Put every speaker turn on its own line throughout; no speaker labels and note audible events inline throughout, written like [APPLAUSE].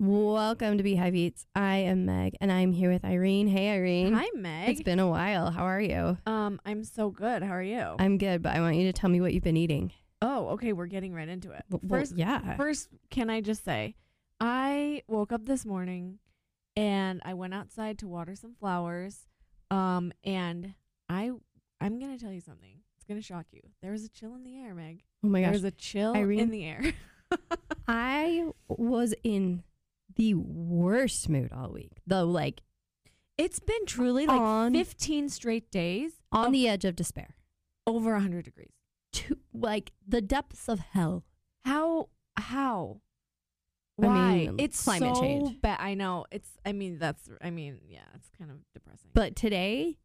Welcome to Beehive Eats. I am Meg, and I'm here with Irene. Hey, Irene.
Hi, Meg.
It's been a while. How are you?
um, I'm so good. How are you?
I'm good, but I want you to tell me what you've been eating.
oh, okay. We're getting right into it.
W- well,
First,
yeah. Oh
first, can I just say, I woke up this morning, and I went outside to water some flowers. Um, and I, I'm gonna tell you something. It's gonna shock you. There was a chill in the air, Meg.
oh my
There
gosh.
was a chill
Irene-
in the air. [LAUGHS]
I was in the worst mood all week, though, like
It's been truly like
On-
15 straight days
on
Oh.
the edge of despair,
over 100 degrees.
to like the depths of hell.
How? How?
I
Why?
mean, um,
it's
climate
so
change.
Ba- I know. It's. I mean, that's. I mean, yeah. It's kind of depressing.
But today,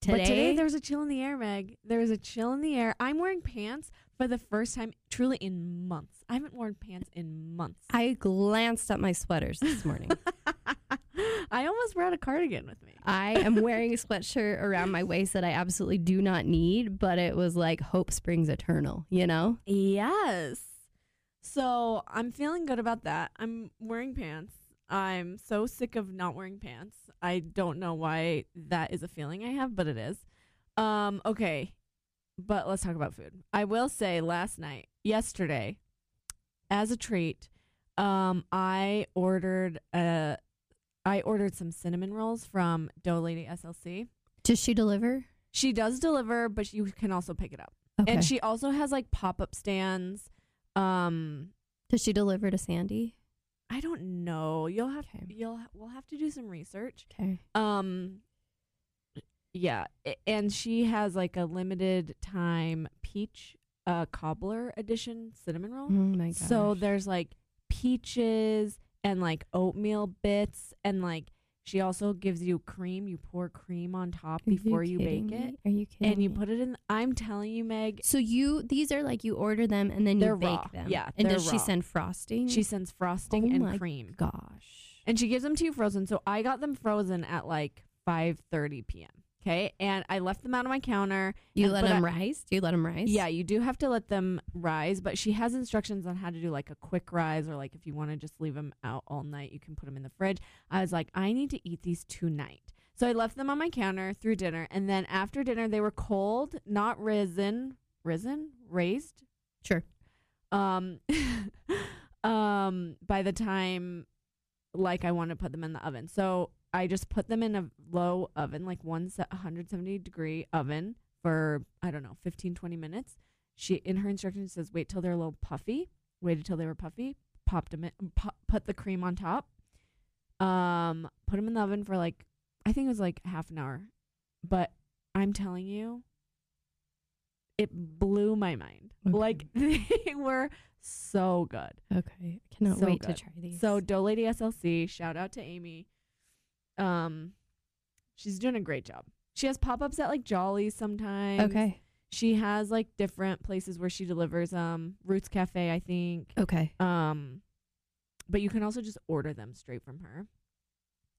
today,
But today there was a chill in the air, Meg. There was a chill in the air. I'm wearing pants for the first time, truly in months. I haven't worn pants in months. [LAUGHS]
I glanced at my sweaters this morning.
I almost brought a cardigan with me.
I am wearing a sweatshirt around my waist that I absolutely do not need, but it was like hope springs eternal, you know?
Yes. So I'm feeling good about that. I'm wearing pants. I'm so sick of not wearing pants. I don't know why that is a feeling I have, but it is. Um, okay. But let's talk about food. I will say last night, yesterday, as a treat, um, I ordered a I ordered some cinnamon rolls from Dough Lady SLC.
Does she deliver?
She does deliver, but you can also pick it up.
Okay.
And she also has like pop up stands. Um,
Does she deliver to Sandy?
I don't know. You'll have
Okay.
you'll ha- we'll have to do some research.
Okay.
Um, yeah, a- and she has like a limited time peach uh cobbler edition cinnamon roll.
Oh my gosh.
Mm, So there's like peaches and like oatmeal bits and like she also gives you cream. You pour cream on top
Are
before you,
kidding
bake it.
me? Are you kidding?
And you
me?
put it in. I'm telling you, Meg,
So you these are like you order them and then
They're
you bake
raw.
them.
Yeah,
And
they're
does
raw.
she send frosting?
She sends frosting
Oh my
and cream.
gosh.
And she gives them to you frozen. So I got them frozen at like 5:30 p.m. Okay? And I left them out on my counter.
You
And-
let
but
them
I-
rise? Do you let them rise?
Yeah, you do have to let them rise, but she has instructions on how to do like a quick rise or like if you want to just leave them out all night, you can put them in the fridge. I was like, I need to eat these tonight. So I left them on my counter through dinner, and then after dinner they were cold, not risen, risen, raised,
Sure.
um [LAUGHS] um by the time like I want to put them in the oven. So I just put them in a low oven, like one se- 170 degree oven for I don't know, 15 20 minutes. She in her instructions says wait till they're a little puffy. Waited till they were puffy, popped them in, pu- put the cream on top. Um put them in the oven for like I think it was like half an hour. But I'm telling you it blew my mind.
Okay.
Like [LAUGHS] they were so good.
Okay. I cannot
So
wait
good.
to try these.
So Dough Lady SLC, shout out to Amy. Um, she's doing a great job. She has pop ups at like Jolly sometimes.
Okay.
She has like different places where she delivers. Um, Roots Cafe, I think.
Okay.
Um, but you can also just order them straight from her.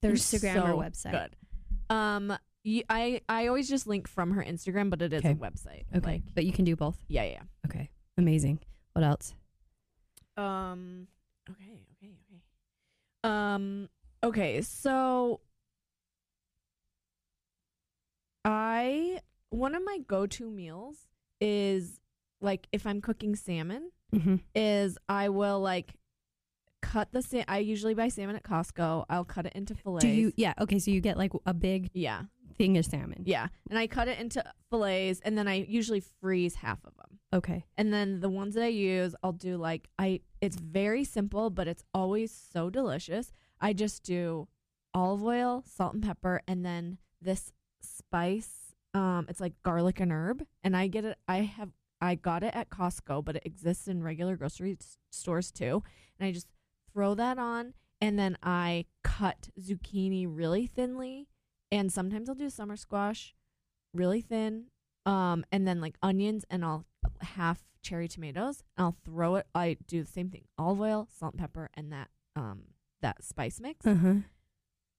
They're
Instagram
so
or website?
Good. Um, you, I I always just link from her Instagram, but it is
Okay.
a website.
Okay.
Like,
but you can do both.
yeah, yeah.
Okay. Amazing. What else?
Um. Okay. Okay. Okay. Um. Okay. So, I one of my go-to meals is like if I'm cooking salmon,
Mm-hmm.
is I will like cut the sa- I usually buy salmon at Costco. I'll cut it into fillets.
Do you? Yeah. Okay. So you get like a big
Yeah.
thing of salmon.
Yeah. And I cut it into fillets, and then I usually freeze half of them.
Okay.
And then the ones that I use, I'll do like I it's very simple, but it's always so delicious. I just do olive oil, salt and pepper, and then this spice. Um, it's like garlic and herb, and I get it. I have I got it at Costco, but it exists in regular grocery s- stores too. And I just throw that on, and then I cut zucchini really thinly, and sometimes I'll do summer squash, really thin, um, and then like onions, and I'll half cherry tomatoes. And I'll throw it. I do the same thing: olive oil, salt, and pepper, and that um that spice mix.
Uh huh.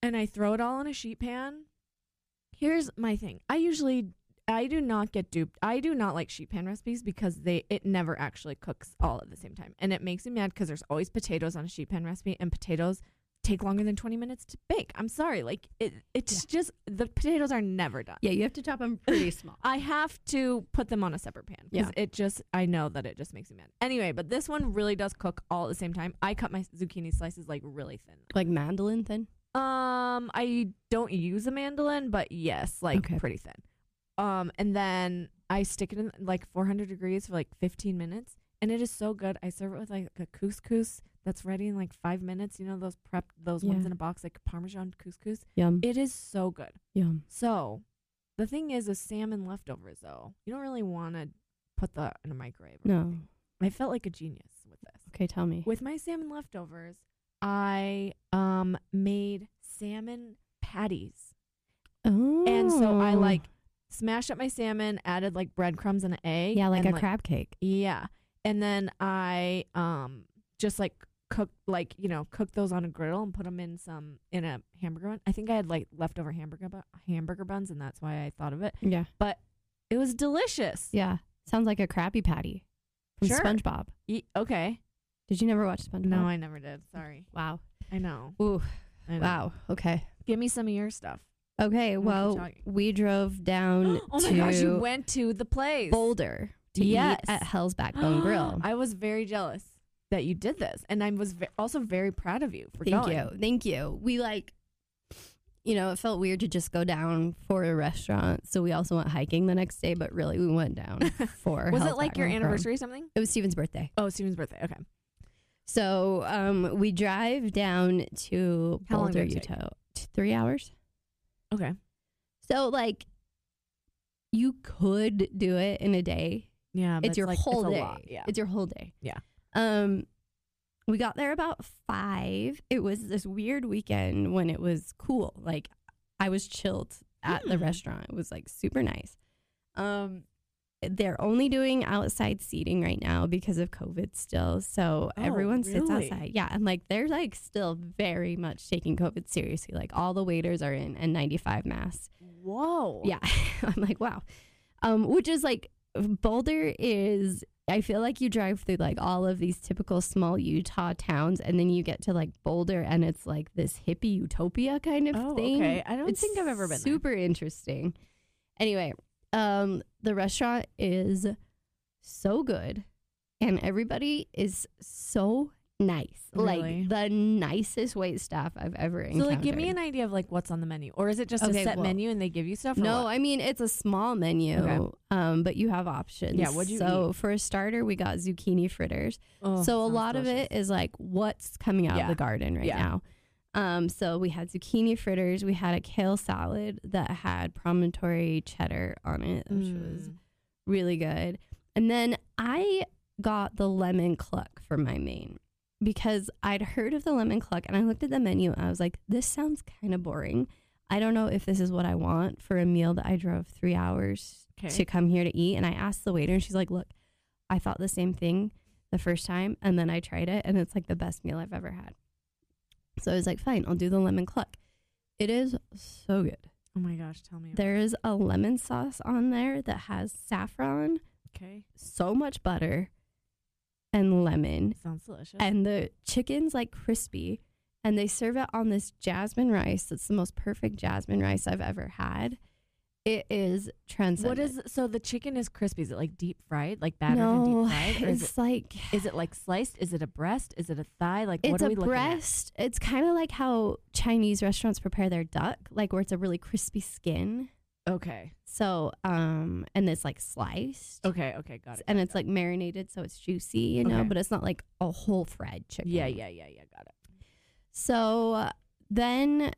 And I throw it all in a sheet pan. Here's my thing: I usually I do not get duped. I do not like sheet pan recipes because they it never actually cooks all at the same time, and it makes me mad because there's always potatoes on a sheet pan recipe, and potatoes take longer than 20 minutes to bake. I'm sorry. Like it, it's just the potatoes are never done.
Yeah, you have to chop them pretty small.
I have to put them on a separate pan because
Yeah.
it just I know that it just makes me mad. Anyway, but this one really does cook all at the same time. I cut my zucchini slices like really thin.
like mandolin thin.
Um, I don't use a mandolin, but yes, like
Okay.
pretty thin. Um, and then I stick it in like 400 degrees for like 15 minutes, and it is so good. I serve it with like a couscous that's ready in like five minutes. You know those prep those ones
Yeah.
in a box like Parmesan couscous.
Yum.
It is so good.
Yum.
So, the thing is, with salmon leftovers though, you don't really want to put that in a microwave. or
No.
anything. I felt like a genius with this.
Okay, tell me.
With my salmon leftovers, I um made salmon patties.
Oh.
And so I like smashed up my salmon, added like breadcrumbs and an egg.
Yeah, like
and,
a crab cake.
Yeah. And then I um just like cooked like, you know, cooked those on a griddle and put them in some in a hamburger bun. I think I had like leftover hamburger bu- hamburger buns and that's why I thought of it.
Yeah.
It was delicious.
Yeah. Sounds like a Krabby Patty from
Sure.
SpongeBob.
Ye- okay.
Did you never watch SpongeBob?
No, I never did. Sorry.
Wow.
I know.
Ooh.
I know.
Wow. Okay.
Give me some of your stuff.
Okay.
keep
Well,
talking.
we drove down
[GASPS] oh
to
my gosh, you went to the place.
Boulder to
Yes.
eat at Hell's
[GASPS]
Backbone Grill.
I was very jealous that you did this, and I was ve- also very proud of you for
Thank
going.
you. Thank you. We like, you know, it felt weird to just go down for a restaurant. So we also went hiking the next day, but really we went
[LAUGHS]
down for.
Was
Hell's
it like your
Backbone Grill.
anniversary or something?
It was Steven's birthday.
Oh, Steven's birthday. Okay.
So um, we drive down to
How long
Boulder,
did it take?
Utah. T- Three hours.
Okay.
So like, you could do it in a day.
Yeah. but
it's your
like-
whole
a
day.
lot, Yeah.
It's your whole day.
Yeah.
Um we got there about 5. It was this weird weekend when it was cool. Like I was chilled at the
Mm.
restaurant. It was like super nice. Um they're only doing outside seating right now because of COVID still. So
Oh,
everyone sits
really?
outside. Yeah. And like they're like still very much taking COVID seriously. Like all the waiters are in N95 masks.
Whoa.
Yeah. [LAUGHS] I'm like, wow. Um, which is like Boulder is I feel like you drive through like all of these typical small Utah towns and then you get to like Boulder and it's like this hippie utopia kind of
Oh,
thing.
okay. I don't
It's
think I've ever been there.
super interesting. Anyway, um, the restaurant is so good and everybody is so nice.
Really?
Like the nicest wait staff I've ever
So,
encountered.
like, give me an idea of like what's on the menu, or is it just
Okay,
a set
well-
menu and they give you stuff? or
No,
what?
I mean it's a small menu,
Okay.
um, but you have options.
Yeah, what'd you
So for a starter, we got zucchini fritters.
Oh,
so a
sounds
lot of
delicious.
it is like what's coming out
Yeah.
of the garden right
Yeah.
now. Um, so we had zucchini fritters. We had a kale salad that had promontory cheddar on it, which was
Mm.
really good. And then I got the lemon cluck for my main because I'd heard of the lemon cluck and I looked at the menu and I was like, this sounds kind of boring. I don't know if this is what I want for a meal that I drove three hours
Okay.
to come here to eat. And I asked the waiter and she's like, look, I thought the same thing the first time and then I tried it and it's like the best meal I've ever had. So I was like, fine, I'll do the lemon cluck. It is so good.
Oh my gosh, tell me. about
There is a lemon sauce on there that has saffron
it. Okay.
so much butter and lemon
Sounds delicious.
and the chicken's like crispy and they serve it on this jasmine rice that's the most perfect jasmine rice i've ever had it is transcendent
what is so the chicken is crispy? Is it like deep fried, like battered
no
and deep
[LAUGHS]
fried, or is it
it's like
Is it like sliced? Is it a breast? Is it a thigh? Like what
it's
are
a
we looking at?
breast it's kind of like how chinese restaurants prepare their duck like where it's a really crispy skin
Okay.
so um and it's like sliced
Okay. Okay. Got it.
and
got it,
it's like marinated so it's juicy you know
Okay.
but it's not like a whole fried
got
chicken
it. yeah. Yeah. Yeah. Yeah. Got it.
So uh, then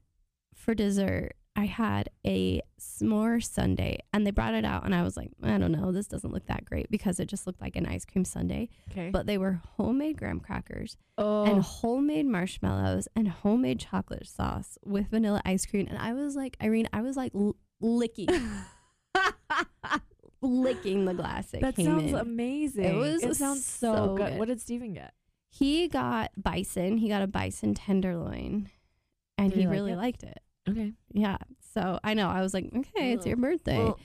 for dessert, I had a s'more sundae and they brought it out and I was like, I don't know, this doesn't look that great because it just looked like an ice cream sundae.
Okay.
But they were homemade graham crackers
oh,
and homemade marshmallows and homemade chocolate sauce with vanilla ice cream. And I was like, Irene, I was like l-
[LAUGHS]
licking, licking the glass. It
that
came
sounds
in.
amazing.
It was
sounds so,
so
good.
good.
What did Steven get?
he got bison, he got a bison tenderloin and
Did
he
he like
really
it?
liked it.
Okay.
Yeah. So I know. I was like, okay, it's
Ugh.
your birthday.
Well,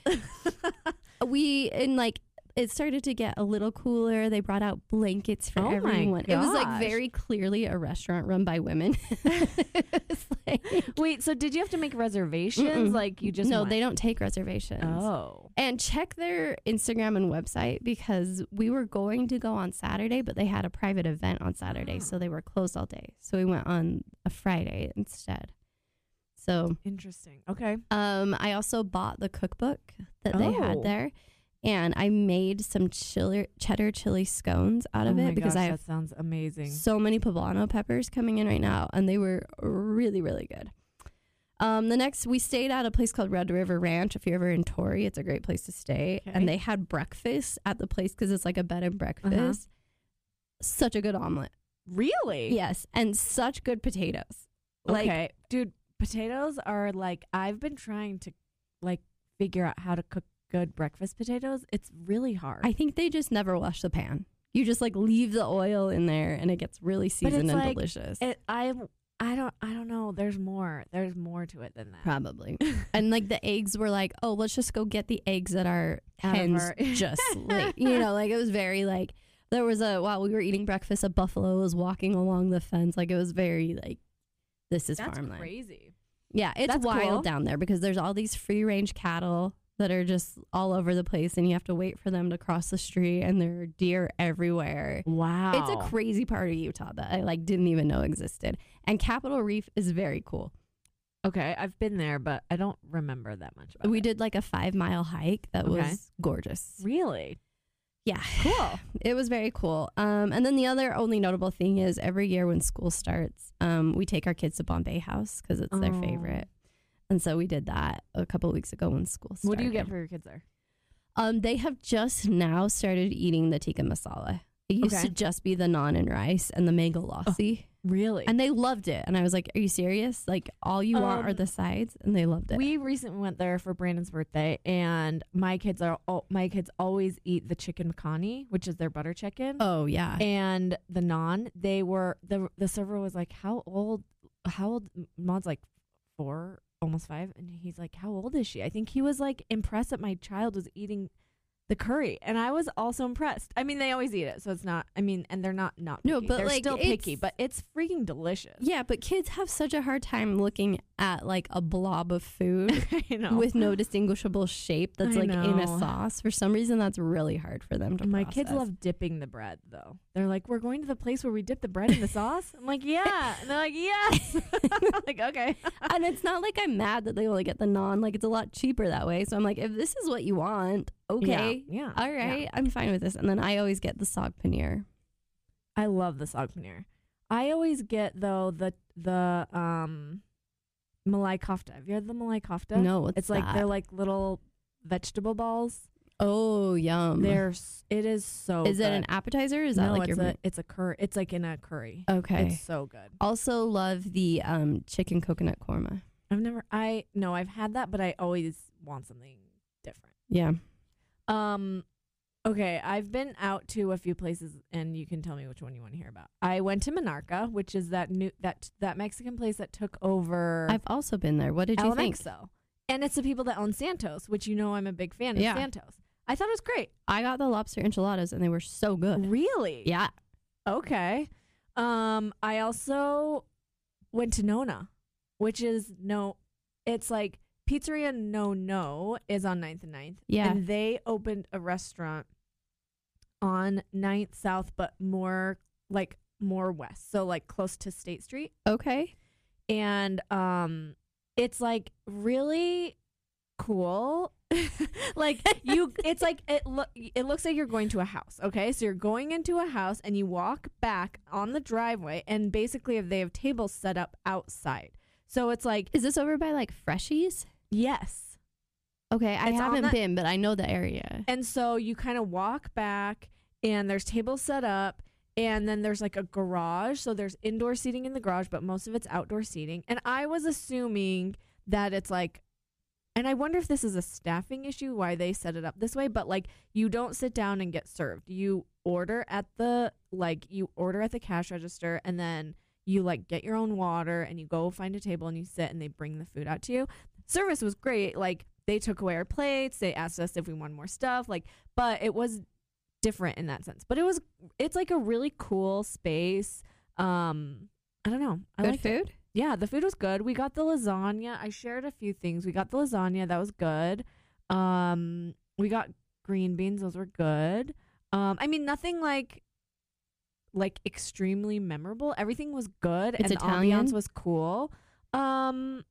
uh, We and like it started to get a little cooler. They brought out blankets for
Oh my
everyone. It was like
gosh.
very clearly a restaurant run by women. [LAUGHS] it was [LAUGHS] like,
[LAUGHS] Wait, so did you have to make reservations?
Mm-mm.
Like you just
no,
went?
they don't take reservations.
Oh,
And check their Instagram and website because we were going to go on Saturday, but they had a private event on Saturday, [GASPS]
Ah.
so they were closed all day. So we went on a Friday instead. So
interesting. Okay.
um, I also bought the cookbook that they
Oh.
had there, and I made some chiller, cheddar chili scones out of
oh my
it because
gosh,
I have
that sounds amazing.
so many poblano peppers coming in right now, and they were really, really good. Um, the next, we stayed at a place called Red River Ranch. If you're ever in Torrey, it's a great place to stay.
Okay. Uh-huh.
And they had breakfast at the place because it's like a bed and breakfast. Such a good omelet.
Really?
Yes. And such good potatoes. Like,
okay, dude, potatoes are like I've been trying to like figure out how to cook good breakfast potatoes. It's really hard.
I think they just never wash the pan. You just like leave the oil in there and it gets really seasoned
it's
and
like-
delicious.
it, I I don't I don't know. There's more. There's more to it than that. [LAUGHS]
Probably. and like the eggs were like, oh, let's just go get the eggs at our
Out of
hens
our- [LAUGHS]
just like you know, like it was very like there was a while we were eating breakfast, a buffalo was walking along the fence. Like it was very like this is
That's
farmland.
crazy.
Yeah, it's
That's
wild
cool.
down there because there's all these free range cattle that are just all over the place and you have to wait for them to cross the street and there are deer everywhere.
Wow.
It's a crazy part of Utah that I like didn't even know existed. And Capitol Reef is very cool.
okay. I've been there, but I don't remember that much. About
We
it.
did like a five mile hike that
Okay.
was gorgeous.
really
Yeah,
[SIGHS]
[SIGHS]
cool.
it was very cool. Um, and then the other only notable thing is every year when school starts, um, we take our kids to Bombay House because it's their
Oh.
favorite. And so we did that a couple weeks ago when school started.
What do you get for your kids there?
Um, they have just now started eating the tikka masala. It used
Okay. Oh.
to just be the naan and rice and the mango lassi,
Really?
and they loved it. And I was like, "Are you serious? Like all you want are
Um,
the sides?" And they loved it.
We recently went there for Brandon's birthday, and my kids are all, my kids always eat the chicken makhani, which is their butter chicken,
oh yeah,
and the naan. They were the the server was like, "How old? How old?" Mod's like four, almost five, and he's like, "How old is she?" I think he was like impressed that my child was eating the curry, and I was also impressed. I mean, they always eat it, so it's not. I mean, and they're not not
No,
picky.
but,
they're
like,
still picky,
it's-
but it's freaking delicious.
yeah. But kids have such a hard time looking at like a blob of food
[LAUGHS] I know.
with no distinguishable shape that's
I
like in a
know.
sauce. For some reason, that's really hard for them to.
My kids
process.
love dipping the bread, though. They're like, "We're going to the place where we dip the bread in the sauce." I'm like, "Yeah," and they're like, "Yes." [LAUGHS] like, okay.
and it's not like I'm mad that they only get the non. Like it's a lot cheaper that way. So I'm like, if this is what you want, okay,
Yeah. yeah,
all
yeah.
right, I'm fine with this. And then I always get the sog paneer.
I love the sog paneer. I always get though the the um malai kofta. Have you had the malai kofta?
No, what's
It's like
that?
they're like little vegetable balls.
oh yum.
They're s- it is so.
is it
good.
an appetizer? Is that
no,
like
it's
your
a it's a curry. It's like in a curry.
okay?
It's so good.
also love the um, chicken coconut korma.
I've never. I no. I've had that, but I always want something different.
Yeah,
Um okay, I've been out to a few places and you can tell me which one you want to hear about. I went to Monarca, which is that new that that Mexican place that took over
I've also been there. What did you think?
Alamexo. And it's the people that own Santos, which you know I'm a big fan of
Yeah.
Santos. I thought it was great.
I got the lobster enchiladas and they were so good.
Really?
Yeah,
Okay. Um I also went to Nona, which is no it's like Pizzeria No No is on 9th and 9th.
Yeah.
And they opened a restaurant on 9th South, but more like more west. So like close to State Street.
okay.
And um it's like really cool. [LAUGHS] like you it's like it look it looks like you're going to a house, okay? So you're going into a house and you walk back on the driveway and basically they have tables set up outside. So it's like
Is this over by like Freshies?
yes.
Okay, I
It's on
haven't
that-
been, but I know the area.
And so you kind of walk back, and there's tables set up, and then there's like a garage. So there's indoor seating in the garage, but most of it's outdoor seating. And I was assuming that it's like, and I wonder if this is a staffing issue, why they set it up this way, but like you don't sit down and get served. You order at the, like, you order at the cash register, and then you like get your own water and you go find a table and you sit and they bring the food out to you. Service was great. Like they took away our plates. They asked us if we wanted more stuff. Like, but it was different in that sense. But it was, it's like a really cool space. Um, I don't know. I
Good
liked it.
food?
Yeah, the food was good. We got the lasagna. I shared a few things. We got the lasagna. That was good. Um, we got green beans. Those were good. Um, I mean, nothing like like extremely memorable. Everything was good,
It's
and
Italian?
the ambiance was cool. Um,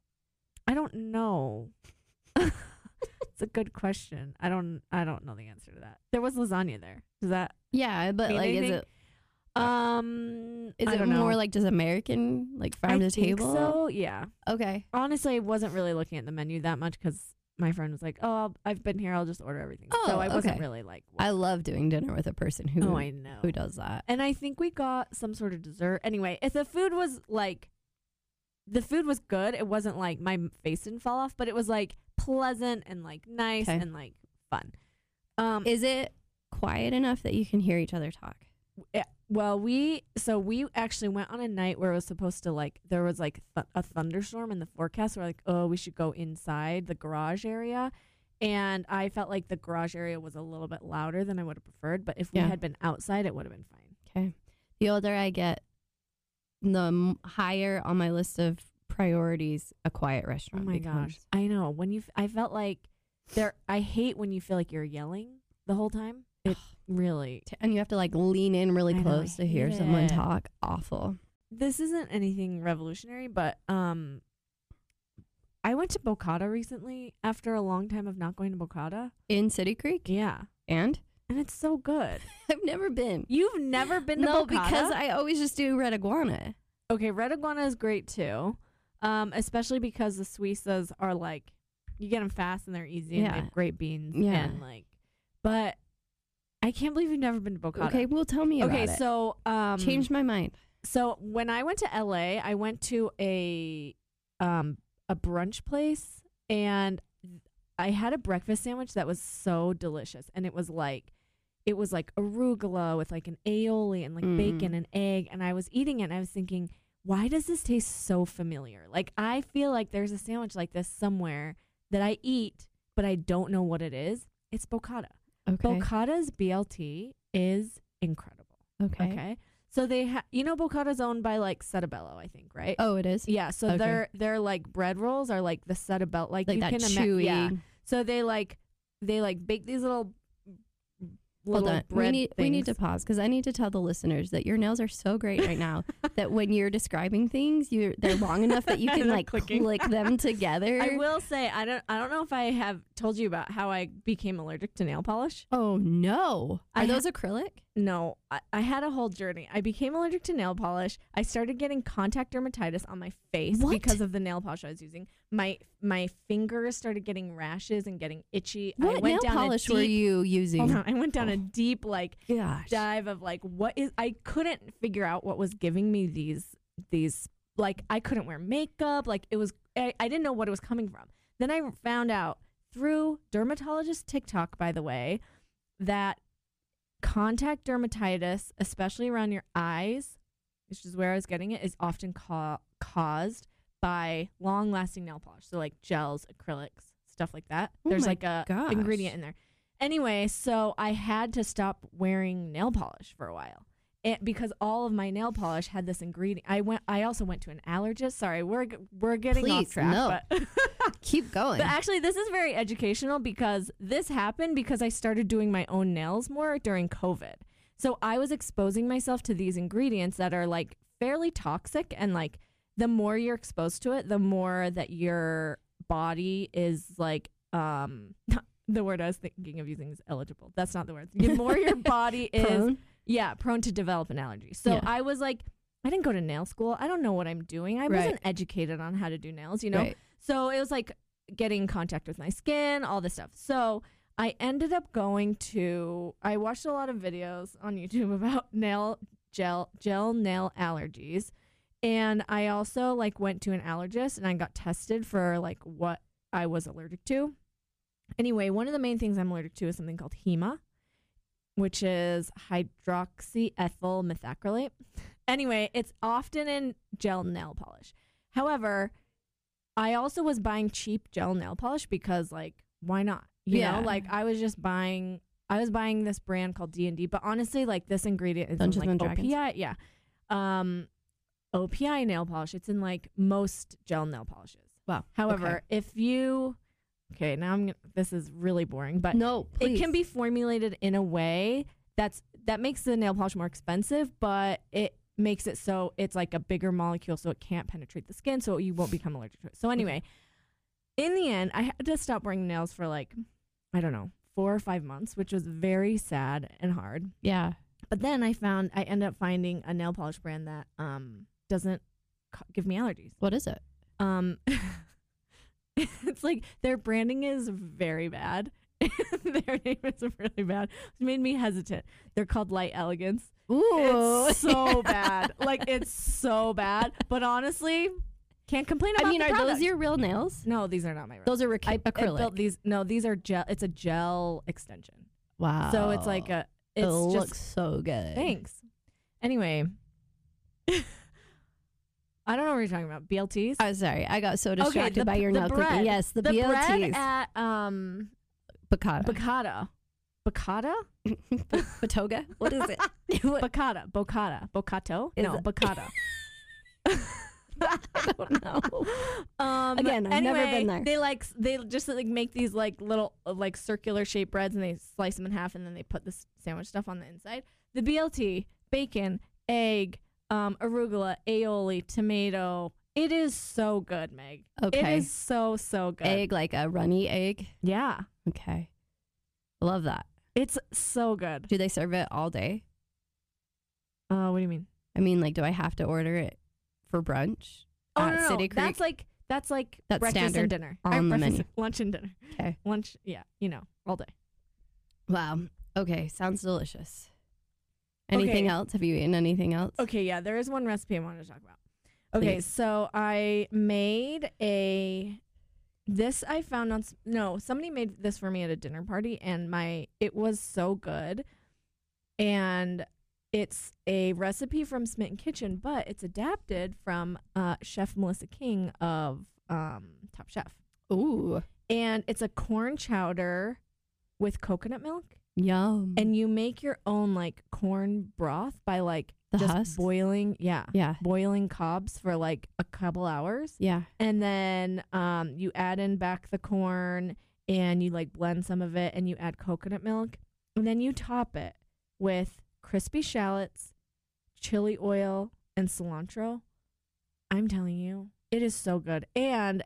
I don't know. [LAUGHS] it's a good question. I don't. I don't know the answer to that. There was lasagna there. Does that?
Yeah, but
Mean
like, is
anything?
it
Um,
Uh, is
I
it
don't
more
know.
like just American, like farm
I
to
think
table?
So yeah.
Okay,
honestly, I wasn't really looking at the menu that much because my friend was like, "Oh, I'll, I've been here. I'll just order everything."
Oh,
so I wasn't
okay.
really like,
I love doing dinner with a person who
"Oh, I know."
who does that.
And I think we got some sort of dessert. Anyway, if the food was like, the food was good. It wasn't like my m- face didn't fall off, but it was like pleasant and like nice
Okay.
and like fun. Um,
Is it quiet enough that you can hear each other talk?
well, we so we actually went on a night where it was supposed to like there was like th- a thunderstorm in the forecast. We're like, oh, we should go inside the garage area, and I felt like the garage area was a little bit louder than I would have preferred. But if we
Yeah.
had been outside, it would have been fine.
Okay. The older I get, the m- higher on my list of priorities a quiet
Oh
restaurant.
my
becomes.
gosh, I know when you. f- I felt like there. I hate when you feel like you're yelling the whole time. [SIGHS] It really.
T- And you have to like lean in really
I know, I
close to hear
hate
someone
it.
talk. Awful.
This isn't anything revolutionary, but um. I went to Bocata recently after a long time of not going to Bocata.
In City Creek,
Yeah.
and [LAUGHS]
And it's so good.
I've never been.
You've
[GASPS]
never been to
no,
Bocata?
because I always just do red iguana.
okay, Red Iguana is great too. Um, especially because the Suizas are like, you get them fast and they're easy and they
Yeah.
have great beans.
Yeah.
And like, but I can't believe you've never been to Bocata.
Okay, well, tell me
Okay,
about it.
so um,
Changed my mind.
So when I went to LA, I went to a um a brunch place and I had a breakfast sandwich that was so delicious and it was like it was like arugula with like an aioli and like
Mm.
bacon and egg and I was eating it and I was thinking why does this taste so familiar? Like I feel like there's a sandwich like this somewhere that I eat but I don't know what it is. It's bocata.
Okay.
Bocata's BLT is incredible.
Okay.
Okay. So they ha- you know Bocata's owned by like Setabello, I think, right?
Oh, it is
Yeah, so
Okay.
their their like bread rolls are like the Setabello like,
like
you
that
can ima-
chewy.
yeah. So they like they like bake these little
Hold
little
on.
bread
We need we need to
things.
pause because I need to tell the listeners that your nails are so great right now
[LAUGHS]
that when you're describing things, you are they're long enough
[LAUGHS]
that you can
They're
like
clicking.
click them together.
[LAUGHS] I will say I don't I don't know if I have told you about how I became allergic to nail polish.
Oh no! Are
I ha-
those acrylic?
No, I, I had a whole journey. I became allergic to nail polish. I started getting contact dermatitis on my face
What?
because of the nail polish I was using. My my fingers started getting rashes and getting itchy. I
What nail
went down
polish
a deep,
were you using?
Hold on,
[LAUGHS]
I went down
Oh.
a deep like
Gosh.
dive of like what is I couldn't figure out what was giving me these these like I couldn't wear makeup. Like it was I, I didn't know what it was coming from. Then I found out through dermatologist TikTok, by the way, that contact dermatitis, especially around your eyes, which is where I was getting it, is often ca- caused by long lasting nail polish. So like gels, acrylics, stuff like that.
Oh
There's
my
like a
gosh.
ingredient in there. Anyway, so I had to stop wearing nail polish for a while. It, because all of my nail polish had this ingredient. I went. I also went to an allergist. Sorry, we're g- we're getting
Please,
off track.
no.
But [LAUGHS]
Keep going.
But actually, this is very educational because this happened because I started doing my own nails more during COVID. So I was exposing myself to these ingredients that are like fairly toxic. And like the more you're exposed to it, the more that your body is like, um, [LAUGHS] the word I was thinking of using is eligible. That's not the word. The
[LAUGHS]
more your body is,
Prone?
yeah, prone to develop an allergy. So
Yeah.
I was like, I didn't go to nail school. I don't know what I'm doing. I
Right.
wasn't educated on how to do nails, you know?
Right.
So it was like getting in contact with my skin, all this stuff. So I ended up going to I watched a lot of videos on YouTube [LAUGHS] about nail gel gel nail allergies. And I also like went to an allergist and I got tested for like what I was allergic to. Anyway, one of the main things I'm allergic to is something called HEMA, which is hydroxyethyl methacrylate. [LAUGHS] Anyway, it's often in gel nail polish. However, I also was buying cheap gel nail polish because like why not? You
Yeah.
know, like I was just buying I was buying this brand called D and D, but honestly, like this ingredient is
Dungeons
in
and
like
Dragons.
OPI, yeah, um, OPI nail polish. It's in like most gel nail polishes.
Wow.
However, if you okay, now I'm gonna, this is really boring, but
no,
it can be formulated in a way that's that makes the nail polish more expensive, but it makes it so it's like a bigger molecule, so it can't penetrate the skin, so you won't become allergic to it. So anyway, in the end, I had to stop wearing nails for like I don't know four or five months, which was very sad and hard.
Yeah.
But then I found I ended up finding a nail polish brand that um doesn't c- give me allergies.
What is it?
Um, [LAUGHS] it's like their branding is very bad. [LAUGHS] their name is really bad. It made me hesitant. They're called Light Elegance.
Ooh. [LAUGHS]
It's so bad. Like it's so bad. But honestly, can't complain about.
I mean,
the
are
product.
those your real nails?
No, these are not my.
Those are rec-
I, I
acrylic.
built these. No, these are gel. It's a gel extension.
wow.
So it's like a. It's
Oh. it
just
looks so good.
Thanks. Anyway, [LAUGHS] I don't know what you're talking about. BLTs.
I'm Oh, sorry. I got so distracted
the-
by your
the
nail
bread.
clicking. Yes, Uh, the,
the bread
BLTs.
at um
Bacata.
Bocata. Bocata? [LAUGHS]
Batoga? What is [LAUGHS] it? What-
Bocata. Bocata. Bocato?
Is
no,
it- [LAUGHS]
[LAUGHS] Bocata.
I don't know.
Um,
Again, I've never
anyway,
been there.
They like they just like make these like little uh, like circular shaped breads and they slice them in half and then they put this sandwich stuff on the inside. The BLT, bacon, egg, um, arugula, aioli, tomato. It is so good, Meg. It
Okay.
is so so good.
Egg, like a runny egg.
Yeah,
Okay. Love that.
it's so good.
Do they serve it all day?
Uh, what do you mean?
I mean, like, do I have to order it for brunch?
Oh,
at
no, no,
City
no. That's
Creek?
like that's like
That's
breakfast and
standard
dinner.
on
Or
the
breakfast-
menu.
lunch and [LAUGHS] dinner.
'Kay.
Lunch, yeah, you know, all day.
Wow. Okay. Sounds delicious. Anything
Okay.
else? Have you eaten anything else?
Okay, yeah, there is one recipe I wanted to talk about. Okay,
Please.
so I made a this I found on s- no, somebody made this for me at a dinner party and my it was so good. And it's a recipe from Smitten Kitchen, but it's adapted from uh, Chef Melissa King of um, Top Chef.
Ooh.
and it's a corn chowder with coconut milk
Yum.
and you make your own like corn broth by like
The
just
husks?
boiling yeah
yeah.
boiling cobs for like a couple hours
Yeah.
and then um you add in back the corn and you like blend some of it and you add coconut milk and then you top it with crispy shallots chili oil and cilantro i'm telling you it is so good and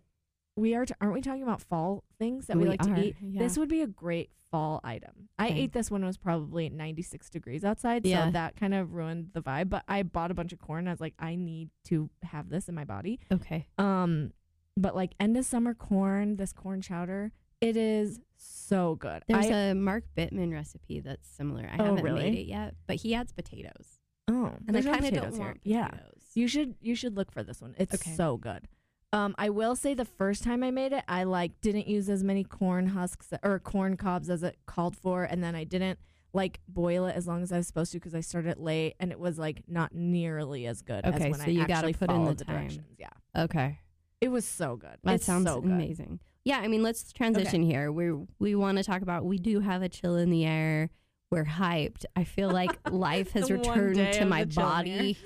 we are t- aren't we talking about fall things that we,
We
like
are,
to eat
yeah.
this would be a great fall item i
Okay.
ate this when it was probably 96 degrees outside
Yeah.
so that kind of ruined the vibe but i bought a bunch of corn i was like i need to have this in my body
Okay.
um, but like end of summer corn, this corn chowder, it is so good.
There's
I,
a Mark Bittman recipe that's similar. I
Oh,
haven't
really?
made it yet, but he adds potatoes.
oh,
And
there's
I
no
kind of
potatoes
don't
here.
want
Yeah,
potatoes.
you should you should look for this one. It's
Okay.
so good. Um, I will say the first time I made it, I like didn't use as many corn husks or corn cobs as it called for, and then I didn't like boil it as long as I was supposed to because I started late and it was like not nearly as good
Okay,
as when
so
I
you gotta
actually
put in the
followed
time.
directions. Yeah,
Okay.
it was so good.
That
it's
sounds
so good.
amazing. Yeah, I mean, let's transition here. We we want to talk about we do have a chill in the air. We're hyped. I feel like
[LAUGHS]
life has
The one
returned
day
to
of
my
the chill in the air.
body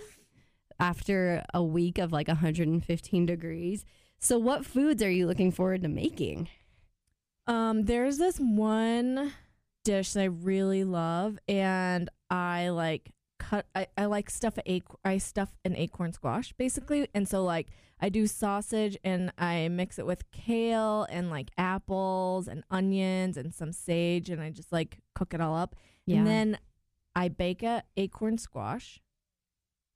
after a week of like 115 degrees. So what foods are you looking forward to making?
Um, there's this one dish that I really love, and I like cut. I, I like stuff a ac- I stuff an acorn squash basically, and so like I do sausage and I mix it with kale and like apples and onions and some sage, and I just like cook it all up, and then I bake a acorn squash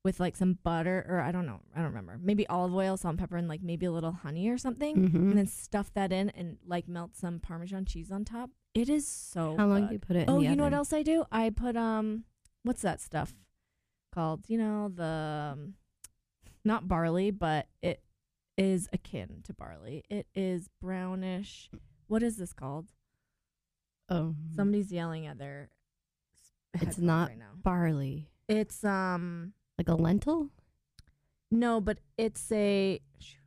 with like some butter or I don't know, I don't remember, maybe olive oil, salt, and pepper, and like maybe a little honey or something
Mhm.
and then stuff that in and like melt some parmesan cheese on top. It is so.
how long
good.
do you put it? In
Oh,
the
you know what
oven?
else I do? I put um, what's that stuff called? You know the um, not barley, but it is akin to barley. It is brownish. What is this called?
Mm-hmm. Oh,
Somebody's yelling at their. s-
It's
headphones
not-
right now.
barley,
It's um
like a lentil,
no, but it's a. shoot,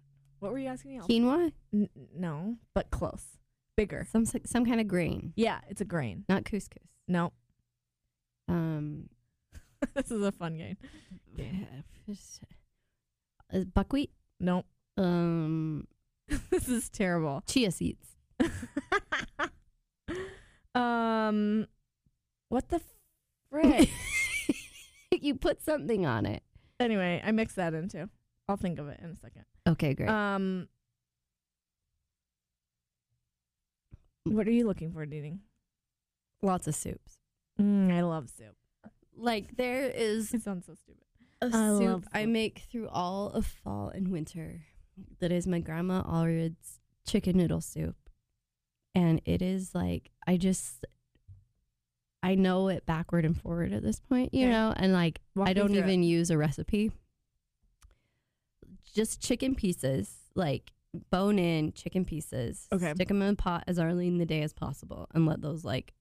What were you asking me?
quinoa.
N- no, but close. bigger.
Some some kind of grain,
Yeah, it's a grain.
not couscous.
No,
Um,
this is a fun game.
is uh, buckwheat.
Nope, [LAUGHS]
Um,
this is terrible. [LAUGHS]
chia seeds.
um, what the [LAUGHS]
[LAUGHS]
frick?
you put something on it.
anyway, I mixed that in too. I'll think of it in a second.
Okay, great.
Um, what are you looking for, Deeding?
Lots of soups.
Mm, I love soup. [LAUGHS]
Like there is
It sounds so stupid.
a
I
soup
love
I
soup.
make through all of fall and winter. That is my grandma Allred's chicken noodle soup. And it is like I just I know it backward and forward at this point, you
Okay.
know, and like
Walk
I
me
don't
through it.
even use a recipe. Just chicken pieces, like bone in chicken pieces.
Okay.
Stick them in a pot as early in the day as possible and let those like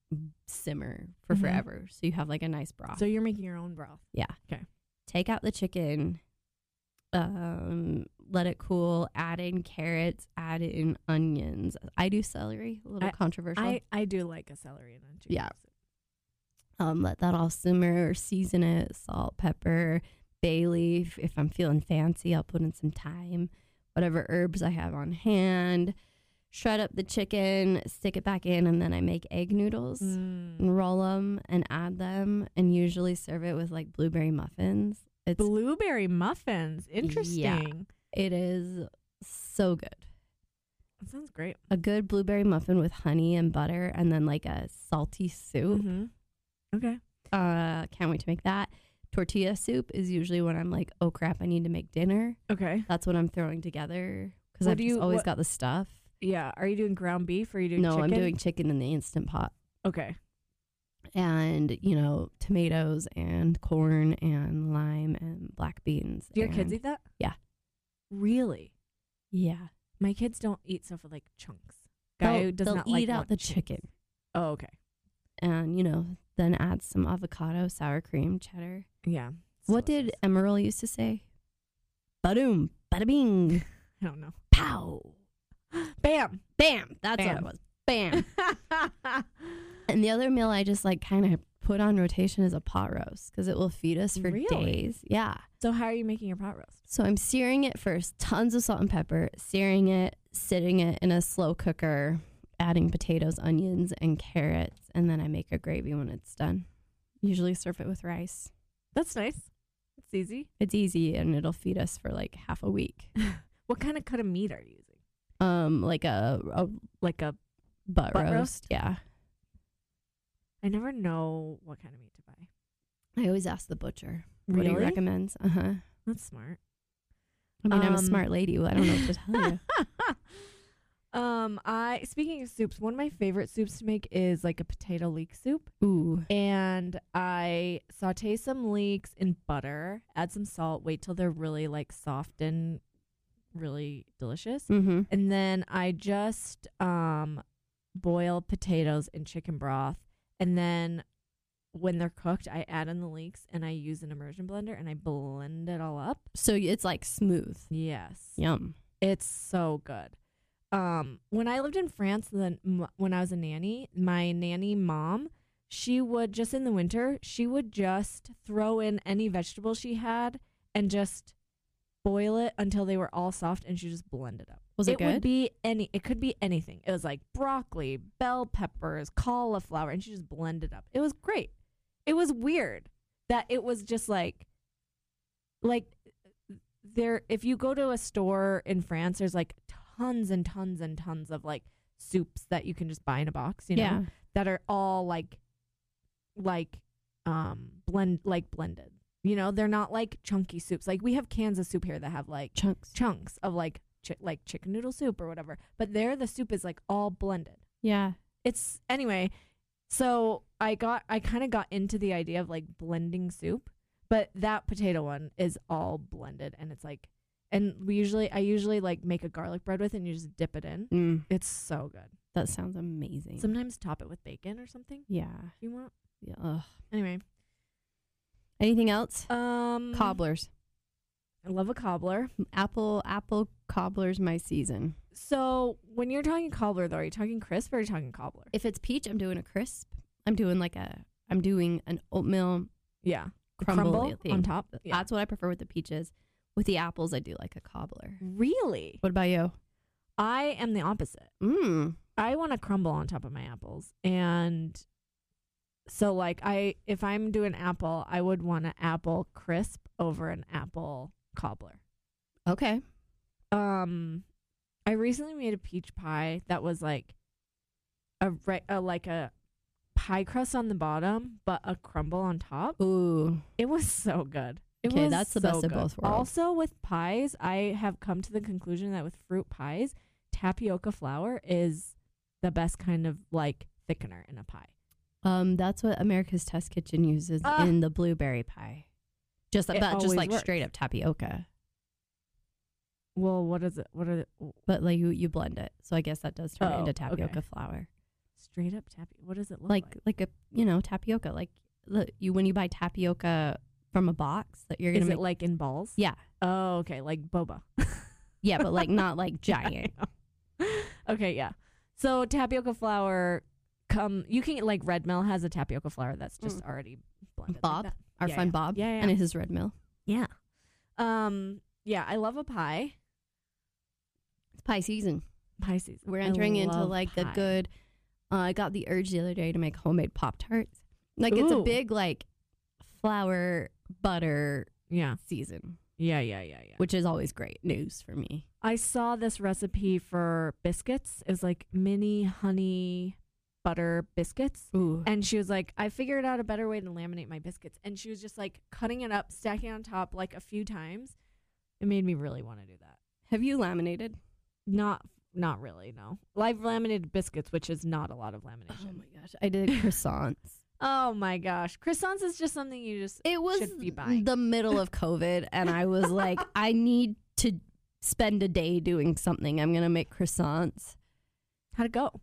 simmer for
Mhm.
forever. So you have like a nice broth.
So you're making your own broth.
Take out the chicken, um, let it cool, add in carrots, add in onions. I do celery, a little
I-
controversial.
I, I do like a celery and a chicken
Yeah.
soup.
um, let that all simmer, season it, salt, pepper, bay leaf. If I'm feeling fancy, I'll put in some thyme, whatever herbs I have on hand. Shred up the chicken, stick it back in, and then I make egg noodles
Mm.
and roll them and add them, and usually serve it with like blueberry muffins. It's
Blueberry muffins. Interesting.
it is so good.
That sounds great.
A good blueberry muffin with honey and butter, and then like a salty soup.
Mm-hmm. Okay.
Uh, can't wait to make that. Tortilla soup is usually when I'm like, oh crap, I need to make dinner.
Okay.
That's what I'm throwing together because
What
I've
do
just
you-
always
what-
got the stuff.
Yeah. Are you doing ground beef or are you doing
no,
chicken?
I'm doing chicken in the instant pot
Okay.
and you know tomatoes and corn and lime and black beans.
Do your kids
and-
eat that?
yeah.
Really?
Yeah,
My kids don't eat stuff with like chunks. Guy
They'll-
who does
they'll
not like
eat out
want
the
chunks.
chicken
Oh, okay.
and you know then add some avocado, sour cream, cheddar.
Yeah. it's
what did
delicious.
Emeril used to say? Badoom, bada bing,
I don't know.
pow,
[GASPS] Bam.
bam. That's what it
Bam.
was.
[LAUGHS]
Bam. And the other meal I just like kind of put on rotation is a pot roast because it will feed us for
Really?
days. Yeah.
so how are you making your pot roast?
So I'm searing it first, tons of salt and pepper, searing it, sitting it in a slow cooker, adding potatoes, onions, and carrots. And then I make a gravy when it's done. Usually serve it with rice.
That's nice. It's easy. [LAUGHS]
It's easy and it'll feed us for like half a week.
What kind of cut of meat are you using?
Um, like a, a
Like a
butt,
Butt
roast.
roast?
Yeah.
I never know what kind of meat to buy.
I always ask the butcher what he recommends. Uh huh.
That's smart.
I mean, I'm a
Um,
smart lady. Well, I don't know what to tell you.
um, I speaking of soups, one of my favorite soups to make is like a potato leek soup,
[LAUGHS] Ooh.
and I saute some leeks in butter, add some salt, wait till they're really like soft and really delicious,
Mm-hmm.
and then I just um boil potatoes in chicken broth, and then when they're cooked, I add in the leeks and I use an immersion blender and I blend it all up.
So it's like smooth.
Yes.
Yum.
It's so good. Um, when I lived in France, then m- when I was a nanny, my nanny mom, she would just in the winter, she would just throw in any vegetable she had and just boil it until they were all soft, and she just blended up.
Was it,
would
good?
be any. It could be anything. It was like broccoli, bell peppers, cauliflower, and she just blended up. It was great. It was weird that it was just like, like there. If you go to a store in France, there's like tons and tons and tons of like soups that you can just buy in a box. You know,
yeah.
that are all like, like, um, blend like blended. You know, they're not like chunky soups. Like we have cans of soup here that have like
Chunks.
chunks of like chi- like chicken noodle soup or whatever. But there, the soup is like all blended.
Yeah.
It's anyway. So I got I kind of got into the idea of like blending soup, but that potato one is all blended and it's like and we usually I usually like make a garlic bread with it and you just dip it in.
Mm,
It's so good.
that sounds amazing.
Sometimes top it with bacon or something
yeah.
if you want.
yeah. Ugh.
Anyway,
Anything else?
um
Cobblers.
I love a cobbler.
Apple apple cobbler's my season.
So when you're talking cobbler, though, are you talking crisp or are you talking cobbler?
If it's peach, I'm doing a crisp. I'm doing like a I'm doing an oatmeal
Yeah,
crumble,
crumble
thing.
on top. Yeah.
That's what I prefer with the peaches. With the apples, I do like a cobbler.
really,
What about you?
I am the opposite.
Mm.
I want to crumble on top of my apples. And so like I if I'm doing apple, I would want an apple crisp over an apple cobbler.
Okay.
Um I recently made a peach pie that was like a, re- a like a pie crust on the bottom but a crumble on top.
Ooh.
It was so good. It
Okay,
was
that's the
so
best of
good.
both worlds.
Also with pies, I have come to the conclusion that with fruit pies, tapioca flour is the best kind of like thickener in a pie.
Um, that's what America's Test Kitchen uses
Ah.
in the blueberry pie. Just
It
about just
always
like
works.
straight up tapioca,
Well, what is it? What are the
but like you, you blend it. So I guess that does turn it
Oh,
into
okay.
tapioca flour.
straight up tapioca? What does it look
like
like?
like a you know tapioca like the, you when you buy tapioca from a box that you're gonna
Is
make
it like in balls?
yeah
Oh, okay, like boba.
yeah but like
[LAUGHS]
not like giant
okay, yeah. So tapioca flour come you can like red mill has a tapioca flour that's just
Mm.
already blended. like
Bob
that.
our
Yeah,
friend
yeah.
Bob
Yeah, yeah,
and
yeah.
his red mill
Yeah. Um yeah, I love a pie.
it's pie season
Pie season.
we're
I
entering into
love
like
pie.
a good uh, I got the urge the other day to make homemade pop tarts like it's a
Ooh.
big like flour butter
Yeah.
season
Yeah, yeah, yeah, yeah.
which is always great news for me
I saw this recipe for biscuits. It was like mini honey butter biscuits.
ooh
And she was like, I figured out a better way to laminate my biscuits. And she was just like cutting it up, stacking on top like a few times. It made me really want to do that.
have you laminated
Not not really, no. Live laminated biscuits, which is not a lot of
oh
lamination.
my gosh I did croissants
Oh my gosh. Croissants is just something you just
It was
should be buying.
the middle of COVID, and I was
[LAUGHS]
like, I need to spend a day doing something. I'm gonna make croissants.
How'd it go?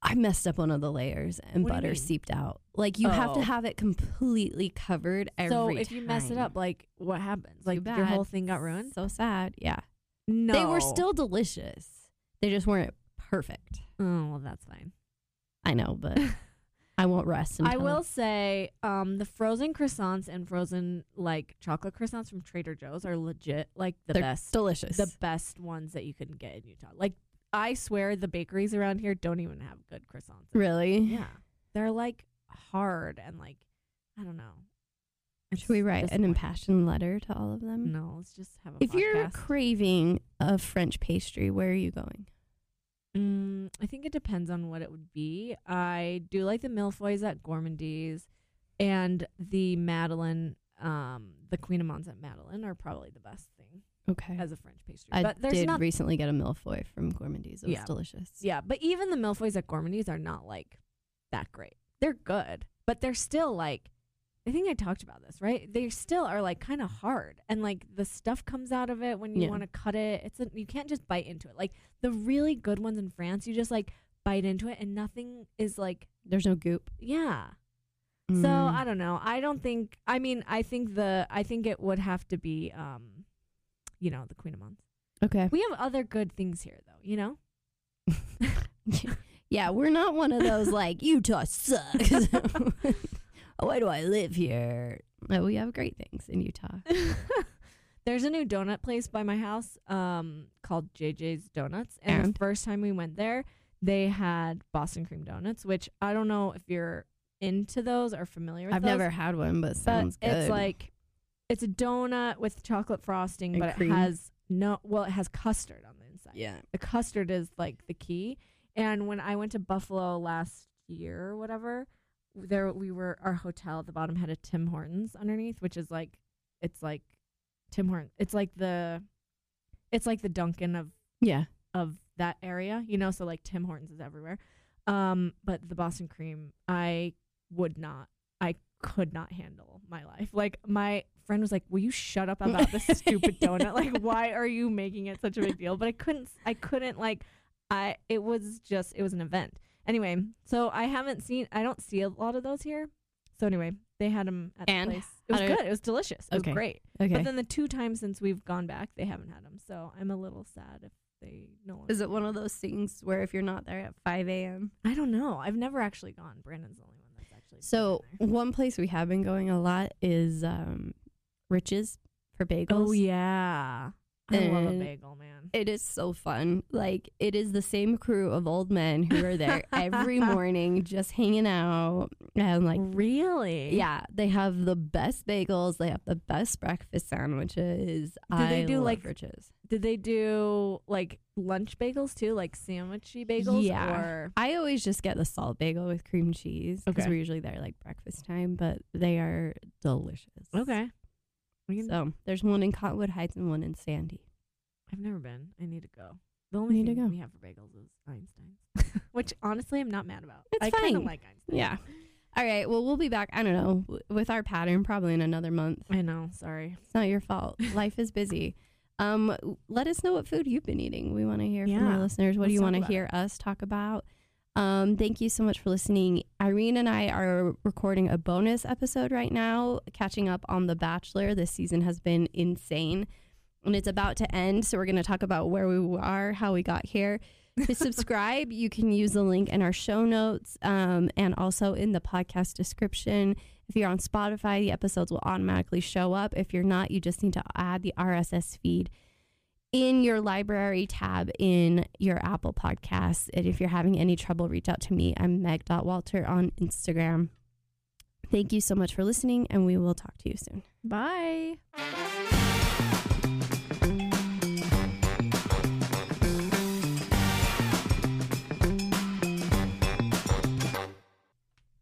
I messed up one of the layers, and
What do you
butter
mean?
seeped out. Like you have to
Oh.
have it completely covered every.
so if you mess it
time.
up, like what happens?
Too
Like your
bad.
whole thing got ruined?
so sad. Yeah,
No.
they were still delicious. They just weren't perfect.
Oh well that's fine.
I know,
[LAUGHS]
but I won't rest. Until
I will say, um, the frozen croissants and frozen like chocolate croissants from Trader Joe's are legit like the
They're
best,
delicious.
the best ones that you can get in Utah. Like I swear, the bakeries around here don't even have good croissants.
really?
Yeah, they're like hard and like I don't know.
Should we write an
impact?
impassioned letter to all of them?
No, let's just have a.
If you're
podcast.
craving a French pastry, where are you going?
Mm, I think it depends on what it would be. I do like the Milfoys at Gourmandy's and the Madeline, um, the Queen of Mons at Madeline are probably the best thing
Okay.
as a French pastry.
I
but there's
did
not,
recently get a milfoy from Gourmandy's. It was
Yeah.
delicious.
yeah, but even the Milfoys at Gourmandy's are not like that great. They're good, but they're still like, I think I talked about this, right? They still are like kind of hard and like the stuff comes out of it when you
Yeah.
want to cut it. It's a, you can't just bite into it. Like the really good ones in France, you just like bite into it and nothing is like
There's no goop.
yeah. So
Mm.
I don't know. I don't think. I mean, I think the. I think it would have to be, um, you know, the Queen of Mons.
okay.
We have other good things here, though. You know.
Yeah, we're not one of those like Utah sucks. [LAUGHS] Why do I live here? No, we have great things in Utah.
[LAUGHS] There's a new donut place by my house um, called JJ's Donuts. And,
And?
the first time we went there, they had Boston cream donuts, which I don't know if you're into those or familiar with
I've
those,
never had one, but
But
sounds good.
it's like it's a donut with chocolate frosting,
And
but
cream?
it has no well, it has custard on the inside.
yeah,
the custard is like the key. And when I went to Buffalo last year or whatever, there we were our hotel at the bottom had a Tim Hortons underneath, which is like it's like Tim Hortons. It's like the it's like the Dunkin' of
yeah.
of that area, you know, so like Tim Hortons is everywhere. Um, but the Boston cream, I would not I could not handle my life. Like my friend was like, "Will you shut up about
[LAUGHS]
this stupid donut? Like why are you making it such a big deal?" But I couldn't I couldn't like I it was just it was an event. Anyway, so I haven't seen I don't see a lot of those here. So So anyway, they had them at
And
the place. It was
how did-
good. It was delicious. It
Okay.
was great.
Okay.
But then the two times since we've gone back, they haven't had them. So I'm a little sad if they no longer.
Is it one of those things where if you're not there at 5 a.m.?
I don't know. I've never actually gone. Brandon's the only one that's actually. been
So,
there.
one place we have been going a lot is um, Rich's for bagels.
Oh yeah, I love a
And-
bagel, man.
It is so fun. Like, it is the same crew of old men who are [LAUGHS] there every morning just hanging out and like
really?
Yeah, they have the best bagels. They have the best breakfast sandwiches.
Do they
I
do,
love
like,
Riches?
Did they do like lunch bagels too, like sandwichy bagels?
Yeah.
Or
I always just get the salt bagel with cream cheese because
Okay.
we're usually there like breakfast time, but they are delicious.
okay. We can,
So there's one in Cottonwood Heights and one in Sandy.
I've never been. I need to go. The only
Need to
thing
go.
we have for bagels is Einstein's, [LAUGHS] which honestly I'm not mad about.
It's
I kind of
fine.
like Einstein's.
Yeah. All right. Well, we'll be back. I don't know w- with our pattern probably in another month.
I know. Sorry.
It's not your fault. Life is busy. Um, w- let us know what food you've been eating. We want to hear from
Yeah.
our listeners. What do
Let's
you
talk
want to
about it.
hear us talk about? Um, thank you so much for listening. Irene and I are recording a bonus episode right now, catching up on The Bachelor. This season has been insane and it's about to end. So we're going to talk about where we are, how we got here.
[LAUGHS]
To subscribe, you can use the link in our show notes um, and also in the podcast description. If you're on Spotify, the episodes will automatically show up. If you're not, you just need to add the RSS feed in your library tab in your Apple Podcasts. And if you're having any trouble, reach out to me. I'm Meg.Walter on Instagram. Thank you so much for listening, and we will talk to you soon.
Bye.